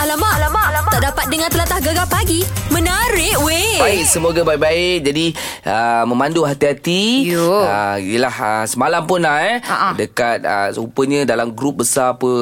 alamak, alamak, alamak. Tak dapat dengar telatah gegar pagi. Menarik weh. Baik, semoga baik-baik. Jadi, uh, memandu hati-hati. Yo. Uh, yelah, uh, semalam pun lah eh. Ha-ha. Dekat, uh, rupanya dalam grup besar apa,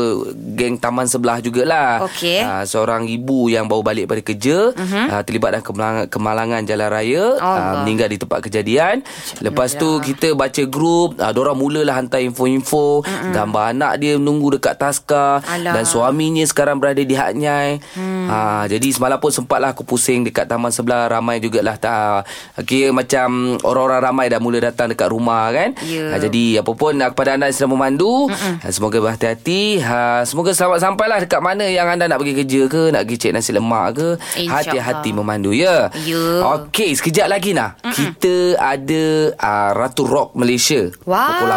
geng taman sebelah jugalah. Okey. Mhm. Uh, seorang ibu yang baru balik dari kerja, uh-huh. uh, terlibat dalam kemalangan, kemalangan jalan raya. Allah. Uh, meninggal di tempat kejadian. Lepas tu, kita baca grup. Uh, diorang mulalah hantar info-info. Uh-huh. Gambar anak dia menunggu dekat taska. Alah. Dan suaminya sekarang berada di Hak Nyai. Hmm. Ha, jadi semalam pun sempatlah aku pusing dekat taman sebelah ramai jugalah tak kira macam orang-orang ramai dah mula datang dekat rumah kan. Ya. Ha, jadi apa pun ah, kepada anda yang sedang memandu ha, semoga berhati-hati. Ha, semoga selamat sampailah dekat mana yang anda nak pergi kerja ke, nak pergi cek nasi lemak ke. InsyaAllah. Hati-hati memandu ya. Ya. Okey, sekejap lagi nah. Mm-mm. Kita ada uh, Ratu Rock Malaysia Wah. pukul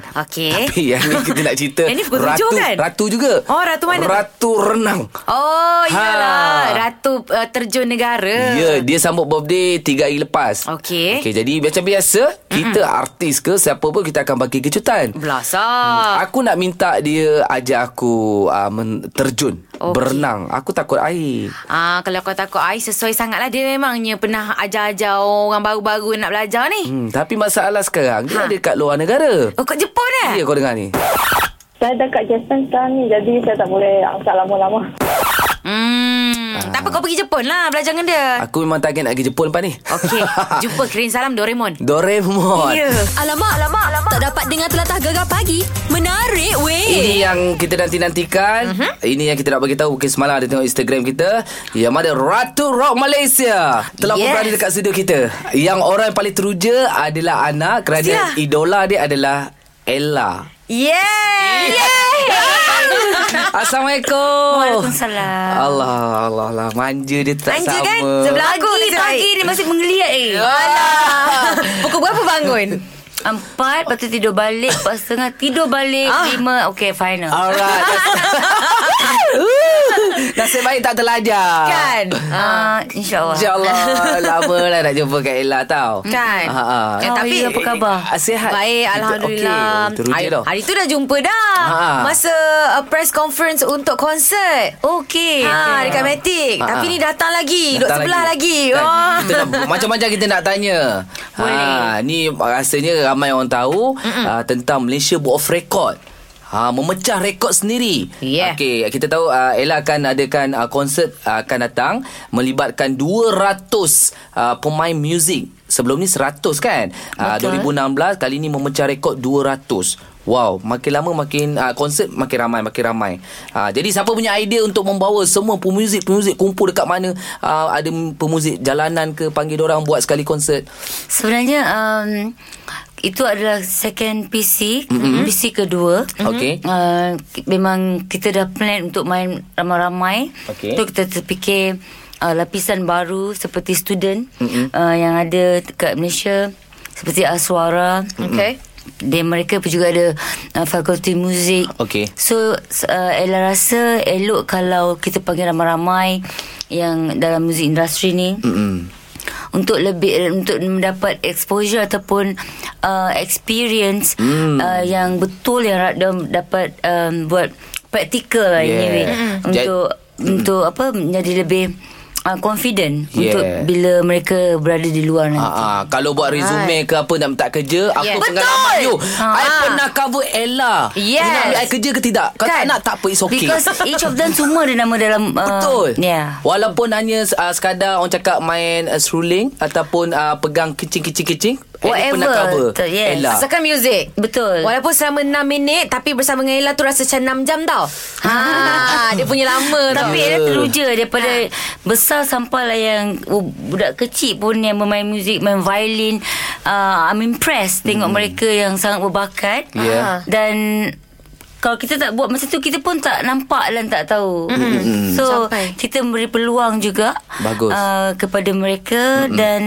8. Okey. Tapi yang ni kita nak cerita Yang ni pukul Ratu, tujuh kan? Ratu juga. Oh, Ratu mana tu? Ratu renang. Oh, iyalah. Ha. Ratu uh, terjun negara. Ya, yeah, dia sambut birthday tiga hari lepas. Okey. Okey, jadi macam biasa, kita artis ke siapa pun kita akan bagi kejutan. Hmm, Belasah. Aku nak minta dia ajak aku uh, men- terjun, Okey. berenang. Aku takut air. Ah, kalau kau takut air sesuai sangatlah dia memangnya pernah ajar-ajar orang baru-baru nak belajar ni. Hmm, tapi masalah sekarang dia Ha. ada kat luar negara. Oh, kat Jepun eh? Ya, kau dengar ni. Saya dekat Japan sekarang ni Jadi saya tak boleh angkat lama-lama Hmm, Ah. tak apa kau pergi Jepun lah belajar dengan dia. Aku memang target nak pergi Jepun lepas ni. Okey, jumpa kirim salam Doraemon. Doraemon. Ya. Alamak, alamak, alamak. Tak dapat dengar telatah gegar pagi. Menarik Ini weh. yang kita nanti-nantikan. Uh-huh. Ini yang kita nak bagi tahu mungkin semalam ada tengok Instagram kita yang mana Ratu Rock Malaysia telah yes. Yes. berada dekat studio kita. Yang orang yang paling teruja adalah Ana kerana Pastilah. idola dia adalah Ella. Yeah. Ya. Yeah. Assalamualaikum. Waalaikumsalam. Allah Allah Allah manja dia Oh. tak Manja sama. Ya. kan? Sebelah aku Pagi, pagi dia masih menggeliat eh. Ah. Alah. Pukul berapa bangun? Empat, lepas tu tidur balik, empat setengah tidur balik, Ah. lima. lah. Okay, final. Alright. Nasib baik tak terlajar. Kan? Ah, InsyaAllah. InsyaAllah Lama lah nak jumpa Kak Ella tau Kan? ha, ha. Eh, Kau tapi- Oh, apa khabar? Ah, Sihat Baik, Alhamdulillah. okay. Teruja hari, dah hari tu dah jumpa dah. Ha. Masa uh, press conference untuk konsert. Okay. Ha, dekat Matic. Ha, Tapi ha. ni datang lagi. Duduk Datang sebelah lagi. Oh. Kan? Wah. Kita nak, macam-macam kita nak tanya. Ha, ni rasanya ramai orang tahu uh, tentang Malaysia Book of Record. Ha, memecah rekod sendiri. Yeah. Okey, kita tahu uh, Ella akan adakan uh, konsert uh, akan datang melibatkan 200 uh, pemain muzik. Sebelum ni 100 kan? Uh, 2016 kali ni memecah rekod 200. Wow, makin lama makin uh, konsert makin ramai makin ramai. Uh, jadi siapa punya idea untuk membawa semua pemuzik-pemuzik kumpul dekat mana uh, ada pemuzik jalanan ke panggil orang buat sekali konsert. Sebenarnya um, itu adalah second PC, mm-hmm. PC kedua. Mhm. Okey. Uh, ki- memang kita dah plan untuk main ramai-ramai. Okey. Tu kita terfikir uh, lapisan baru seperti student mm-hmm. uh, yang ada dekat Malaysia seperti Aswara. Okay. Dan mereka pun juga ada uh, fakulti muzik. Okey. So s- uh, Ella rasa elok kalau kita panggil ramai-ramai yang dalam muzik industri ni. Hmm. untuk lebih untuk mendapat exposure ataupun uh, experience Hmm. mm. uh, yang betul yang ra- dan dapat um, buat practical yeah. Yeah. Mm. anyway Mm-mm. untuk untuk apa menjadi lebih uh, confident Yeah. untuk bila mereka berada di luar nanti. Ah, ah, kalau buat resume ke apa nak minta kerja, apa Yeah. pengalaman Betul! you? Ah. I pernah cover Ella. Yes. You nak ambil I kerja ke tidak? Kalau tak Kan? nak tak apa, it's okay. Because each of them semua ada nama dalam uh, Betul. Yeah. Walaupun hanya uh, sekadar orang cakap main uh, seruling ataupun uh, pegang kecing-kecing-kecing, Ella pernah Whatever. cover. Betul, yes. Ella. Asalkan muzik. Betul. Walaupun selama 6 minit tapi bersama dengan Ella tu rasa macam 6 jam tau. Ha, dia punya lama tau. Tapi Ya. Ella teruja daripada besar sampai lah yang oh, budak kecil pun yang bermain muzik, main violin. Uh, I'm impressed tengok mereka yang sangat berbakat. Ya. Dan kalau kita tak buat masa tu kita pun tak nampak dan tak tahu. Mm-hmm. So Sampai. kita memberi peluang juga Bagus. Uh, kepada mereka mm dan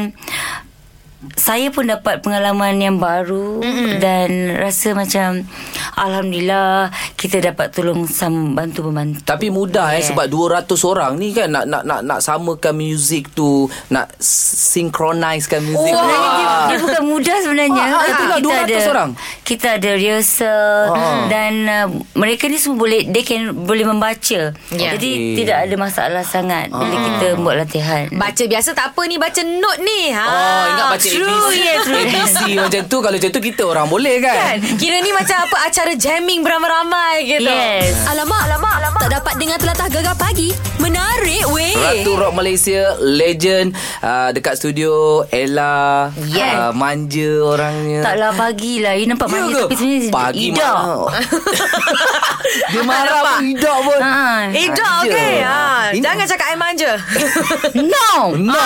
saya pun dapat pengalaman yang baru mm-hmm. dan rasa macam alhamdulillah kita dapat tolong sama bantu membantu. Tapi mudah yeah. eh Yeah. sebab 200 orang ni kan nak nak nak nak samakan muzik tu, nak sinkronizekan muzik. Wah. Sebenarnya dia, Wah. dia bukan mudah sebenarnya. Wah, Tapi itulah 200 orang. Kita ada rehearsal Ah. dan uh, mereka ni semua boleh they can boleh membaca. Ya. Jadi Okey. Ah. tidak ada masalah sangat bila kita buat latihan. Baca biasa tak apa ni Baca note ni ha, Oh, ingat baca true, ABC. yeah, true. ABC macam tu kalau macam tu kita orang boleh kan? kan Kira ni macam apa Acara jamming beramai-ramai gitu Yes. Alamak, alamak, alamak. Tak dapat dengar telatah gegar pagi. Menarik weh. Ratu Rock Malaysia Legend uh, Dekat studio Ella uh, Yeah. Manja orangnya Taklah pagi lah You nampak Ya manja ke? Tapi sebenarnya Pagi Ida marah. Dia marah pun Idak pun Ha. Eh dah Manja. okay ha. Ini- Jangan cakap I manja No No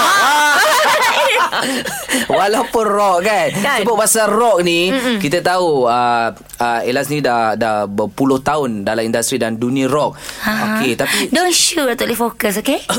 Walaupun rock kan, Kan? Sebab pasal rock ni Mm-mm. Kita tahu uh, uh, Ella sendiri dah, dah Berpuluh tahun Dalam industri dan dunia rock Ha. Okey Tapi Don't shoot Tak boleh fokus Okay Okay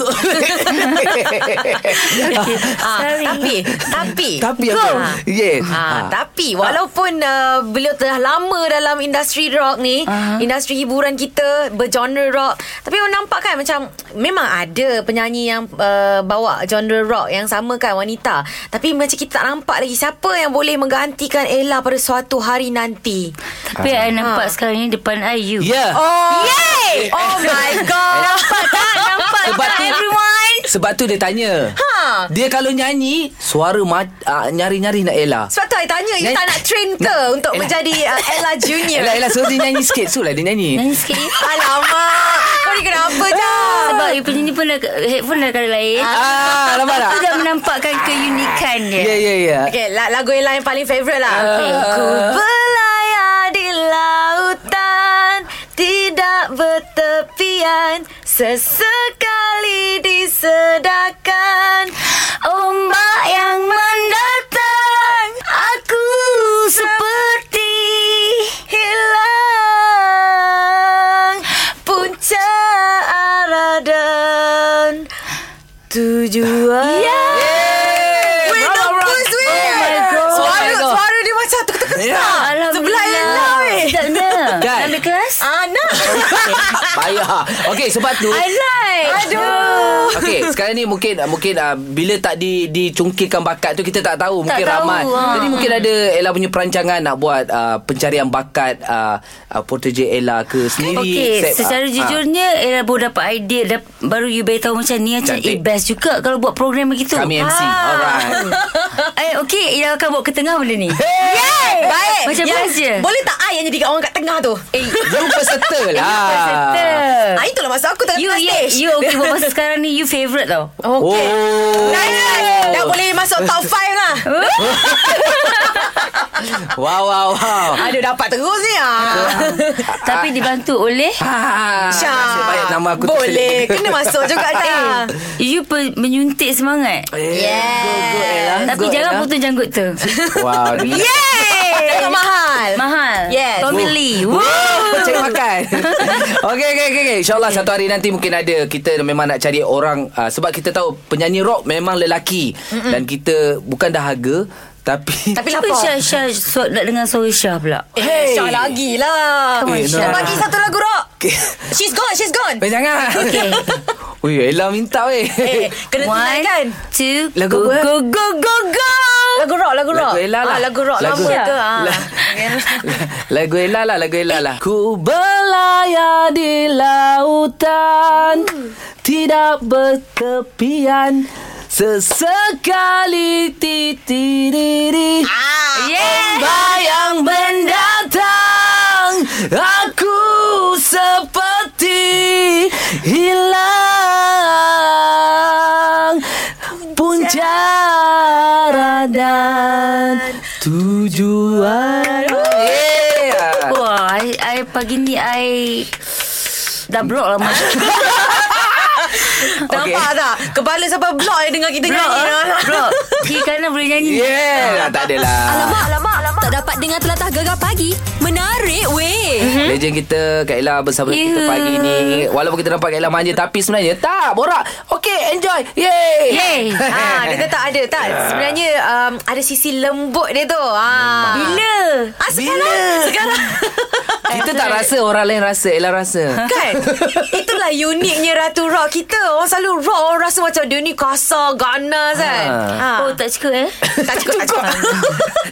Ah. ha, Sorry Tapi Tapi Tapi Ah. Go. apa Ha. Yes Ha, tapi walaupun uh, beliau telah lama dalam industri rock ni, Ah. Aha. industri hiburan kita bergenre rock, tapi orang nampak kan macam memang ada penyanyi yang uh, bawa genre rock yang sama kan wanita. Tapi macam kita tak nampak lagi siapa yang boleh menggantikan Ella pada suatu hari nanti. Tapi Ah. I nampak sekarang ni Depan I you Yeah Oh, yay! Oh my god. nampak tak? Nampak Sebab tak tu- everyone? Sebab tu dia tanya Ha. Dia kalau nyanyi Suara ma- uh, nyari-nyari nak Ella Sebab tu I tanya You Nyanyi- tak nak train ke Nak- Untuk Ella. menjadi uh, Ella Junior Ella, Ella suruh dia nyanyi sikit Suruh lah dia nyanyi Nangis sikit Alamak Kau ni kenapa Jam Sebab you punya ni pun dah, Headphone dah kali lain Ah, nampak tak? Itu dah menampakkan Keunikan dia Ya, ya, ya Okay la- lagu Ella yang paling favourite lah Okay. Ku berlayar di lautan Tidak bertepian Sesekali disedakan Ombak yang mendatang Aku seperti Hilang Punca aradan Tujuan Ya. yeah. Weh, tembus weh God. Suara, Oh my God. Ya. suara dia macam terketuk-ketuk Sebelah Ella weh Sedap mana? Kan? Nak ambil kelas? Ah, nak Payah Okay, sebab tu I like Aduh Okay, sekarang ni mungkin mungkin uh, bila tak di dicungkirkan bakat tu kita tak tahu mungkin tahu, ramai. ah. Jadi mungkin ada Ella punya perancangan nak buat uh, pencarian bakat uh, uh, protege Ella ke sendiri. Okay, Set- secara ah, jujurnya Ella baru dapat idea dah, Baru you baru tahu macam ni Macam Cantik. eh best juga Kalau buat program begitu ah, kami MC. Alright. eh, Okay, Ella akan buat ke tengah benda ni Yeay Baik Macam Yang- best je. Boleh tak I yang jadi orang kat tengah tu Eh, You peserta lah. Peserta Ah, itulah maksud aku You, tengah-tengah you, stage you okay buat masa sekarang ni You favourite tau Okay Oh. Dah, dah, dah boleh masuk top 5 lah Wow, wow, wow. Aduh dapat terus ni ah. Tapi dibantu oleh Ah, nasib baik nama aku tu Boleh terselit. Kena masuk juga dah You pe- menyuntik semangat Eh, Go, go, Ella. Tapi go, jangan ya. Ella. potong janggut tu Wow. ni- Yeay Tengok mahal Mahal Yes. Tommy Oh. Lee Woo, Woo. Cari makan Okay okay okay, okay. InsyaAllah okay. satu hari nanti Mungkin ada Kita memang nak cari orang uh, Sebab kita tahu Penyanyi rock memang lelaki Mm-mm. Dan kita Bukan dahaga Tapi Tapi Kenapa lapar Syah, Syah so, nak dengar suara Syah pula Hey. Eh, Syah lagi lah Come on, Eh, Syah. Nora. Bagi satu lagu rock Okay. She's gone She's gone Eh jangan Okay. Ui Ella minta weh Eh, Kena tunai One kan Two Lagu Go apa? go go go go Lagu rock Lagu rock Lagu Ella lah ah, Lagu rock Lagu- Lagu lama ke ah. La- Lagu Ella lah Lagu Ella lah Ku berlayar di lautan Tidak bertepian Sesekali titiri Yeah Bayang mendatang Aku seperti hilang Punca dan tujuan Ah. yeah. Wah I, I pagi ni I Dah blok lah masa Nampak tak Kepala sampai blok Dia dengar kita Blok nyanyi ah. Blok Kiri kanan lah boleh nyanyi Ya. Yeah, Ah, tak adalah. Alamak, alamak, alamak. Tak dapat dengar telatah gegar pagi. Menarik weh. Hmm? Legend kita Kak Ella bersama kita Yuhu. pagi ni Walaupun kita nampak Kak Ella manja Tapi sebenarnya tak Borak Okey Okey, enjoy. Yay. Yay. ha, dia tak ada tak Ya. sebenarnya um, ada sisi lembut dia tu. Ha. Bila? Ah, sekarang Bila? sekarang Kita tak rasa orang lain rasa, Ella rasa. kan itulah uniknya Ratu Rock kita orang selalu rock orang rasa macam dia ni kasar ganas kan Ah. ha. Oh, tak suka eh? tak cukup tak cukup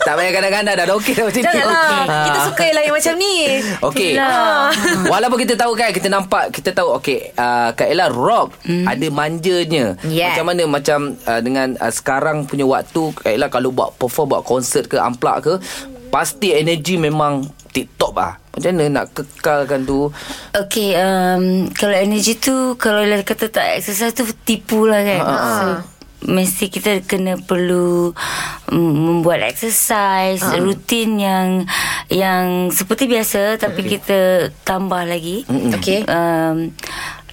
tak payah kadang-kadang dah, dah okey dah macam tu. janganlah Ah. kita suka yang lain macam ni Ah. Okey. Oh. Itulah. Walaupun kita tahu kan kita nampak kita tahu okey uh, Kak Ella rock hmm. ada manjanya. Yeah. Macam mana macam uh, dengan uh, sekarang punya waktu Kak Ella kalau buat perform buat konsert ke amplak ke pasti energi memang TikTok ah. Macam mana nak kekalkan tu? Okay, um, kalau energy tu, kalau lah kata tak exercise tu, tipu lah kan. So, mesti kita kena perlu mm, membuat exercise, rutin yang yang seperti biasa tapi kita tambah lagi. Okey. Um,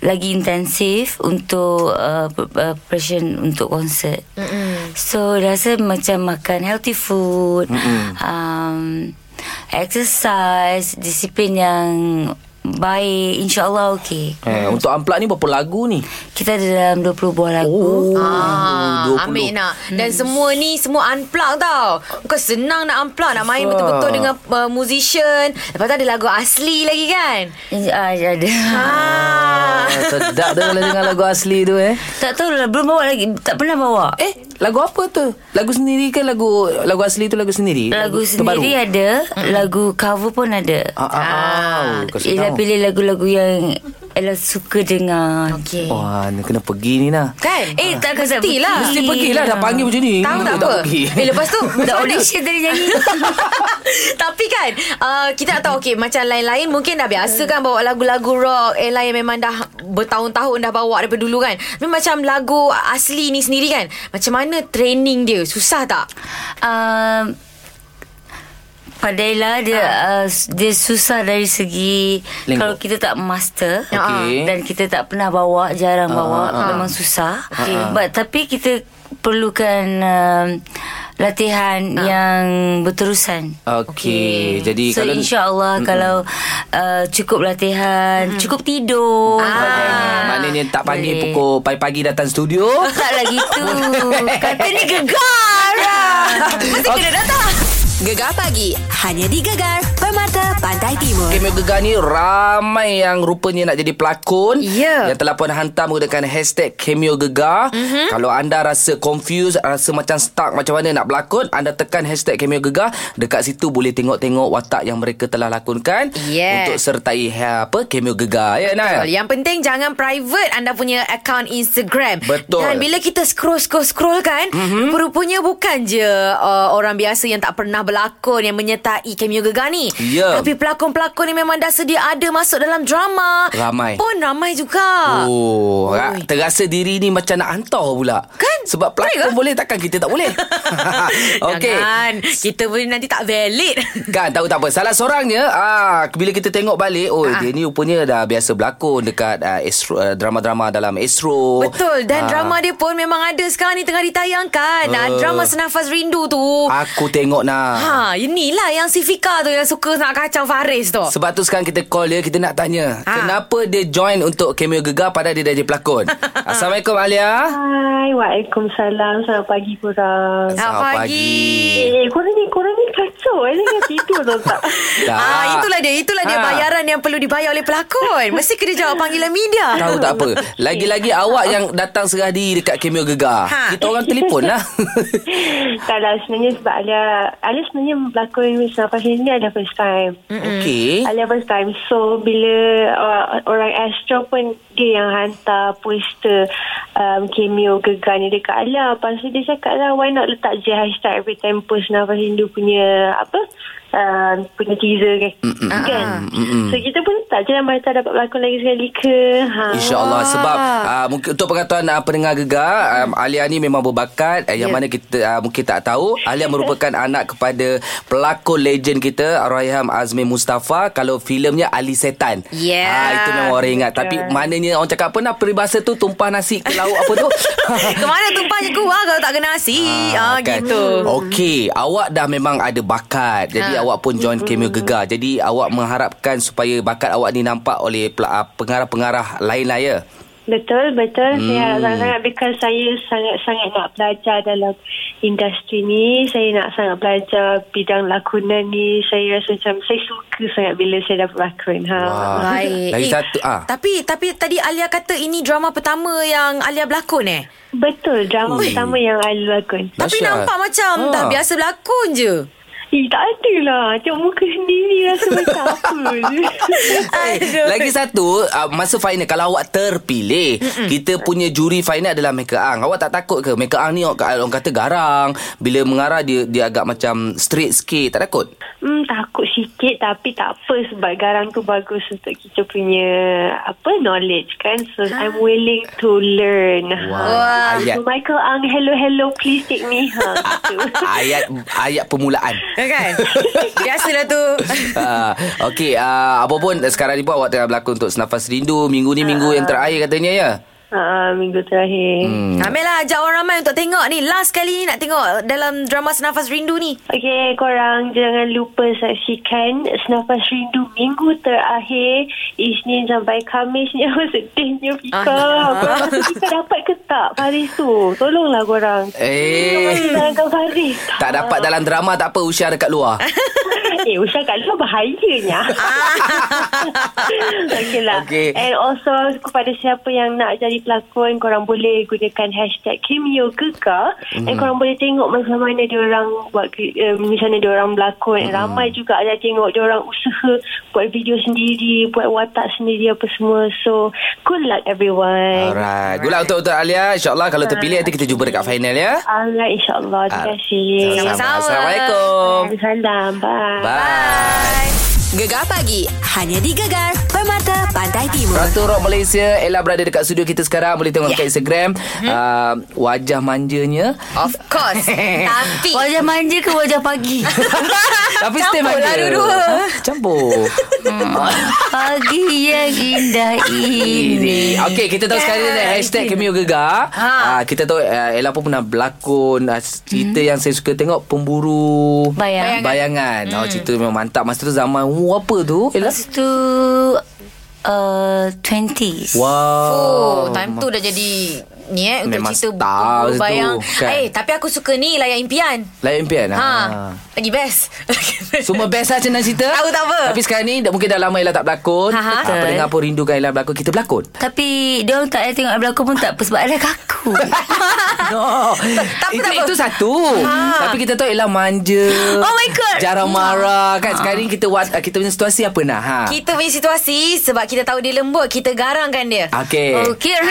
lagi intensif untuk uh, pre- uh, preparation untuk konsert. Mm-mm. So rasa macam makan healthy food, um, exercise, disiplin yang baik insyaallah okey. Eh, untuk amplak ni berapa lagu ni? Oh, Kita ada dalam 20 buah lagu. Ah, 20. ambil nak Dan semua ni Semua unplug tau Bukan senang nak unplug Nak main Susah. betul-betul Dengan uh, musician Lepas tu ada lagu asli lagi kan Ah, ada. ah. Ah, sedap dah kalau dengar lagu asli tu eh. Tak tahu lah belum bawa lagi, tak pernah bawa. Eh, lagu apa tu? Lagu sendiri ke lagu lagu asli tu lagu sendiri? Lagu terbaru? sendiri ada, lagu cover pun ada. Ah, ah, ah. Oh, kau Ella sedap. pilih lagu-lagu yang Ella suka dengar. Okay Wah, ni kena pergi ni lah. Oh. Kan Eh, tak akan saya Mesti lah Mesti pergi lah Dah panggil macam ni Tahu tak Tak apa pergi. Eh lepas tu Dah macam mana? audition tadi nyanyi. Tapi kan uh, Kita nak tahu okay, Macam lain-lain Mungkin dah biasa kan Bawa lagu-lagu rock Ella yang memang dah Bertahun-tahun dah bawa Daripada dulu kan Tapi macam lagu asli ni sendiri kan Macam mana training dia Susah tak? um, Ah. Padailah dia uh, dia susah dari segi Lenggok. kalau kita tak master Ah. Okey. Ah, dan kita tak pernah bawa jarang bawa memang susah okay. but tapi kita perlukan um, latihan yang berterusan Ah. Okey, jadi so kalau insyaallah kalau uh, cukup latihan cukup tidur Ah, Maknanya tak panggil Boleh. pukul pagi-pagi datang studio. tak lagi tu kata ni gegar Mesti kena datang Gegar pagi. Hanya di Gegar. Permata Pantai Timur. Cameo Gegar ni ramai yang rupanya nak jadi pelakon Ya. Yang telah pun hantar menggunakan hashtag Cameo Gegar Mhm. mm-hmm. Kalau anda rasa confused, rasa macam stuck macam mana nak berlakon Anda tekan hashtag Cameo Gegar Dekat situ boleh tengok-tengok watak yang mereka telah lakonkan Yeah. Untuk sertai ha, apa Cameo Gegar ya, Betul. Yang penting jangan private anda punya account Instagram. Betul. Mhm. Dan bila kita scroll scroll scroll kan, mm-hmm. rupanya bukan je uh, orang biasa yang tak pernah berlakon yang menyertai cameo gegar ni. Ya. Tapi pelakon-pelakon ni memang dah sedia ada masuk dalam drama. Ramai. Pun ramai juga. Oh, ra- terasa diri ni macam nak hantar pula. Kan? Sebab pelakon boleh, boleh takkan kita tak boleh. Okey. Jangan. Kita pun nanti tak valid. Kan tahu tak apa Salah seorangnya ah, Bila kita tengok balik Oh Ah. dia ni rupanya dah biasa berlakon Dekat ah, Astro, ah, drama-drama dalam Astro Ah, Betul Dan drama dia pun memang ada Sekarang ni tengah ditayangkan uh. Eh. Drama Senafas Rindu tu Aku tengok nak Ha, inilah yang si Fika tu yang suka nak kacau Faris tu. Sebab tu sekarang kita call dia Kita nak tanya Ah. Kenapa dia join untuk cameo gegar Padahal dia dah jadi pelakon Assalamualaikum Alia Hai, Waalaikumsalam. Selamat pagi korang. Selamat pagi. Eh, eh, korang ni, korang ni kacau. Saya tengah tidur tau tak. Dah. Ah, itulah dia, itulah dia Ha. bayaran yang perlu dibayar oleh pelakon. Mesti kena jawab panggilan media. Tahu tak apa Lagi-lagi awak yang datang serah diri Dekat cameo gegar Ha. Kita orang telefon lah tak lah, sebenarnya sebab Alia, Alia sebenarnya berlakon Senafas ini ada first time. Okay Alia first time. So, bila uh, orang Astro pun dia yang hantar poster um, cameo gegar ni dekat Alia. Lepas tu dia cakap lah, why not letak je hashtag every time post Nafas Hindu punya apa? Uh, punya teaser kan. Mm-mm. Kan? Mm-mm. So, kita pun letak je lah Marta dapat berlakon lagi sekali ke. Ha. InsyaAllah Ah. sebab uh, mungkin untuk pengetahuan uh, pendengar gegar um, Alia ni memang berbakat uh, Ya. yang mana kita uh, mungkin tak tahu Alia merupakan anak kepada pelakon legend kita Raiham Azmi Mustafa kalau filemnya Ali Setan. Yeah. Ah, itu memang orang ingat tapi maknanya orang cakap apa nak peribahasa tu tumpah nasi ke laut apa tu. Eh, Kemana tumpahnya keluar kalau tak kena nasi? Ah, gitu. Kan? Ah. Okey, awak dah memang ada bakat. Jadi awak pun join Cameo Gegar. Jadi awak mengharapkan supaya bakat awak ni nampak oleh pela- ah, pengarah-pengarah lain lah ya. Betul, betul. Hmm. Saya harap sangat because saya sangat-sangat nak belajar dalam industri ni. Saya nak sangat belajar bidang lakonan ni. Saya rasa macam saya suka sangat bila saya dapat lakon. Ha. Wah. Baik. Ah. Eh, Lagi satu, ah. Tapi tapi tadi Alia kata ini drama pertama yang Alia berlakon eh. Betul, drama Ui. pertama yang I lakon. Masya Tapi nampak Allah. macam Ah. dah biasa berlakon je. Eh, tak ada lah. Tengok muka sendiri rasa macam apa je. Eh, Aduh. Lagi satu uh, Masa final Kalau awak terpilih Mm-mm. Kita punya juri final adalah Meka Ang Awak tak takut ke Meka Ang ni orang, orang kata garang Bila mengarah dia dia agak macam Straight sikit Tak takut Hmm, takut sikit tapi tak apa sebab garang tu bagus untuk kita punya apa knowledge kan. So ha. I'm willing to learn. Ha. Wah. Ayat. So Michael Ang, hello hello please take me. Ha, gitu. Ayat Ayat permulaan Kan? Biasalah tu. uh, Okey uh, Apa pun Sekarang ni pun awak tengah berlakon Untuk Senafas Rindu Minggu ni minggu yang terakhir katanya ya ha, minggu terakhir. Hmm. Hmm. Ambil lah ajak orang ramai untuk tengok ni. Last kali ni nak tengok dalam drama Senafas Rindu ni. Okay, korang jangan lupa saksikan Senafas Rindu minggu terakhir Isnin sampai Kamisnya sedihnya Fika. Ah. Korang rasa Fika dapat ke tak Faris tu? Tolonglah korang. Eh. Tolong Jangan Faris. Tak dapat dalam drama Tak apa Usha dekat luar Eh, usah kat luar bahayanya. Okey Ah. lah. Okey. And also, kepada siapa yang nak jadi pelakon, korang boleh gunakan hashtag Kimio Keka. Mm. And Hmm. korang boleh tengok macam mana diorang buat, ke- um, macam mana diorang berlakon. Mm. Hmm. Ramai juga ada tengok diorang usaha buat video sendiri, buat watak sendiri apa semua. So, good luck everyone. Alright Good luck untuk, untuk Alia InsyaAllah kalau terpilih Nanti kita jumpa dekat final ya Alright, insyaAllah. Terima kasih. Sama-sama. Sama-sama. Assalamualaikum Salam. Bye. Bye Gegar pagi hanya di Gegar Permata Pantai Timur. Ratu Rock Malaysia Ella berada dekat studio kita sekarang Boleh tengok yeah. kat Instagram hmm. uh, Wajah manjanya Of course. Tapi. Wajah manja ke wajah pagi? Tapi still Campur manja lah dua-dua. Ha? Campur Ah, pagi yang indah ini. Ini Okay kita tahu sekarang ni Hashtag Cameo Gegar ha. uh, Kita tahu uh, Ella pun pernah berlakon uh, Cerita yang saya suka tengok Pemburu Bayang. Bayangan hmm. Oh cerita memang mantap Masa tu zaman oh, Apa tu Ella Lepas tu uh, 20s. Oh, Wow time tu dah jadi ni eh untuk Memang cerita star buku tu, bayang. kan? Eh, tapi aku suka ni layak impian. Layan impian Ha. Ah. Lagi best. Semua best lah Cina cerita Tahu tak apa? Tapi sekarang ni dah- Mungkin dah lama Ella tak berlakon Ha, ha. Ah, Betul. Pendengar pun rindukan Ella berlakon Kita berlakon Tapi dia orang tak payah tengok I berlakon pun tak apa sebab I dah kaku. No tak apa, itu, tak apa. Ha. itu satu Tapi kita tahu Ella manja Oh my God. Ha. Jarang marah Kan sekarang ni kita wat- Kita punya situasi apa nak ha? kita punya situasi sebab kita tahu dia lembut, kita garangkan dia. Okay Okey,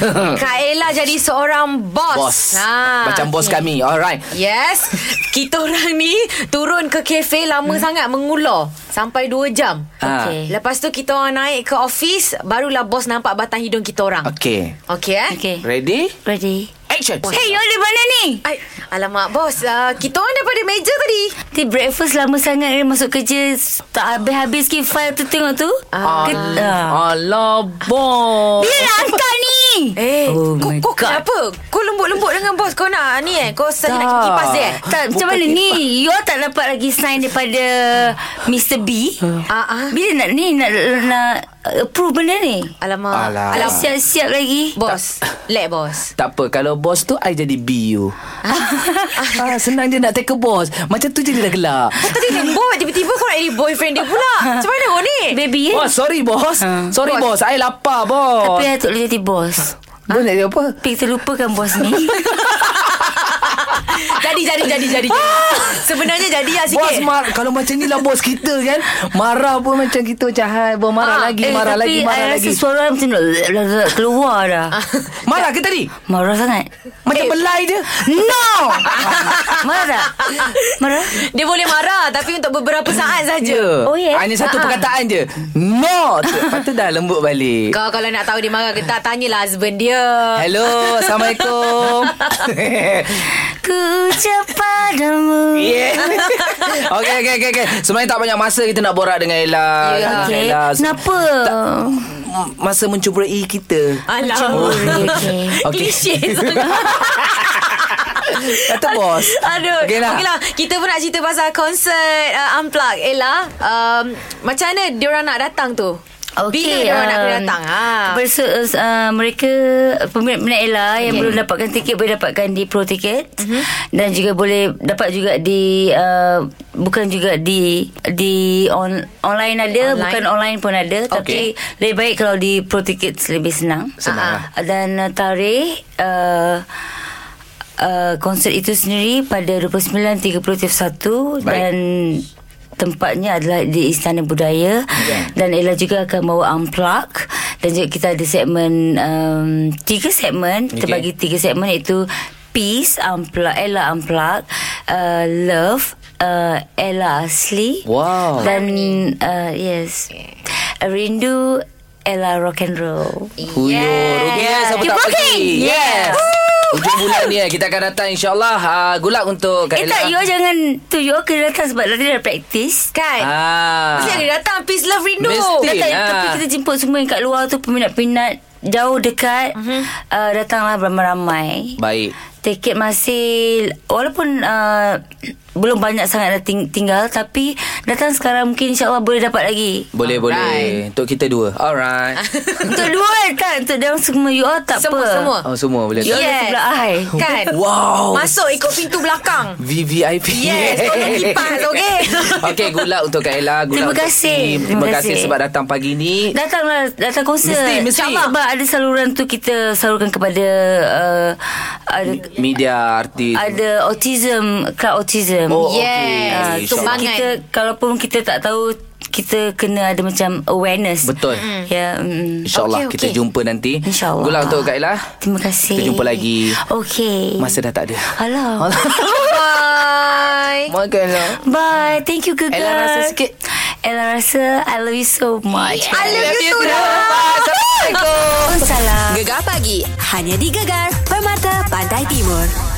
Ah. Kak Ella jadi seorang bos. Ha. Bos Macam bos kami Alright Yes Kita orang ni Turun ke kafe Lama hmm. sangat Mengulur Sampai 2 jam Ah. Okey. Lepas tu kita orang naik ke office Barulah bos nampak Batang hidung kita orang Okay Okey eh Okey. Ready Ready? Action Hey, you di mana ni? Ay, alamak bos uh, Kita orang daripada meja tadi Di breakfast lama sangat I masuk kerja s- tak habis-habis ke file tu tengok tu. Ah. Ke, ah. Alah bos Bila nak angkat ni? Eh oh Oh kau, my kau kenapa Kau lembut-lembut dengan bos Kau nak ni eh Kau saja nak Tak. kipas dia eh Tak, macam mana ni? You all tak dapat lagi sign daripada Mr. B? Ah, ah. Bila nak ni, nak, nak approve benda ni? Alamak Alah. Alah, Alamak siap-siap lagi. Bos Let bos tak apa Kalau bos tu I jadi B you ah, Senang je nak take a bos Macam tu je dia dah gelak Kan Tadi lembut Tiba-tiba kau nak jadi boyfriend dia pula Macam mana kau ni Baby, eh? Oh sorry bos Ha. Sorry bos I lapar bos Tapi ah, I tak boleh jadi bos. Bos nak jadi apa Tapi kita lupakan bos ni. Jadi jadi jadi jadi. jadi. Sebenarnya jadi lah sikit. Bos mar Kalau macam ni lah bos kita kan Marah pun macam kita Macam hai Bos marah Ah, lagi Marah eh, tapi lagi Marah I lagi rasa suara I macam nak nak- nak keluar dah. Ah. Marah ke tadi Marah sangat. Macam belai je Eh. No! Marah tak? Marah? Dia boleh marah tapi untuk beberapa saat saja. Ah, Oh, ya? Hanya Ah, satu Ha-ha. perkataan je No Tu- Lepas tu dah lembut balik Kau kalau nak tahu dia marah ke tak tanyalah husband dia. Hello Assalamualaikum Ku ucap padamu. Yeah Okay okay okay, okay. Sebenarnya tak banyak masa Kita nak borak dengan Ella Ya. Dengan Okay. Ella. Kenapa? M- Masa mencuburai E kita Alah. Oh, okay. Okay. lah. Klise sangat. Kata bos Aduh. Okay lah, Okey lah. Kita pun nak cerita pasal konsert uh, Unplug. Ella, um, macam mana diorang nak datang tu? Bila diorang nak um, kena datang? Ah. Perso, uh, mereka pemilik Minat Ella yang belum dapatkan tiket boleh dapatkan di Pro Ticket Mhm. dan juga boleh dapat juga di uh, bukan juga di di on, online ada Online. bukan online pun ada okay. tapi lebih baik kalau di Pro Ticket lebih senang. Senang Ah. Dan uh, tarikh uh, Uh, konsert itu sendiri pada 29.30 31 Baik. dan tempatnya adalah di Istana Budaya Ya. dan Ella juga akan bawa unplug dan juga kita ada segmen um, tiga segmen Okey. terbagi tiga segmen iaitu peace unplug Ella unplug uh, love uh, Ella asli Wow. dan uh, yes rindu Ella rock and roll Huyo yeah. Rukia Siapa Keep tak rocking. pergi Yes Hujung bulan ni eh, Kita akan datang insyaAllah uh, Good luck untuk Kak Eh tak You Ella all jangan Tu you all kena datang Sebab nanti dah praktis Kan? Ah. Mesti ada datang Peace, love, rindu. Mesti. Datang lah. Tapi kita jemput semua yang kat luar tu Peminat-peminat Jauh dekat Mhm. uh-huh. uh, Datanglah beramai-ramai Baik Tiket masih Walaupun uh, Belum banyak sangat dah ting- tinggal Tapi Datang sekarang mungkin InsyaAllah boleh dapat lagi Boleh boleh Untuk kita dua Alright Untuk dua kan Untuk dia orang semua You all tak apa Semua-semua. Oh semua boleh You all Yes. yes. sebelah I Kan? Wow Masuk ikut pintu belakang. VVIP Yes, kau tak kipas, okay? Okay good luck untuk Kak Ella Good Terima luck untuk kasih. team. Terima Terima kasih kasih. sebab datang pagi ni Datanglah Datang konsert Mesti, mesti. InsyaAllah. Sebab ada saluran tu Kita salurkan kepada uh, ada, Media artis ada autism Club autism Oh, okey. Yes. InsyaAllah. So Sumbangan. kita Kalaupun kita tak tahu Kita kena ada macam Awareness Betul. mm. Ya mm. InsyaAllah Okey, okey. okay, okay. kita jumpa nanti InsyaAllah Good luck untuk Kak Ella Terima kasih Kita jumpa lagi. Okay Masa dah tak ada Alah Bye. Makan lah Bye Thank you Gegar Ella rasa sikit. Ella rasa I love you so much I love you too. Assalamualaikum. Gegar pagi hanya di Gegar Permata Pantai Timur.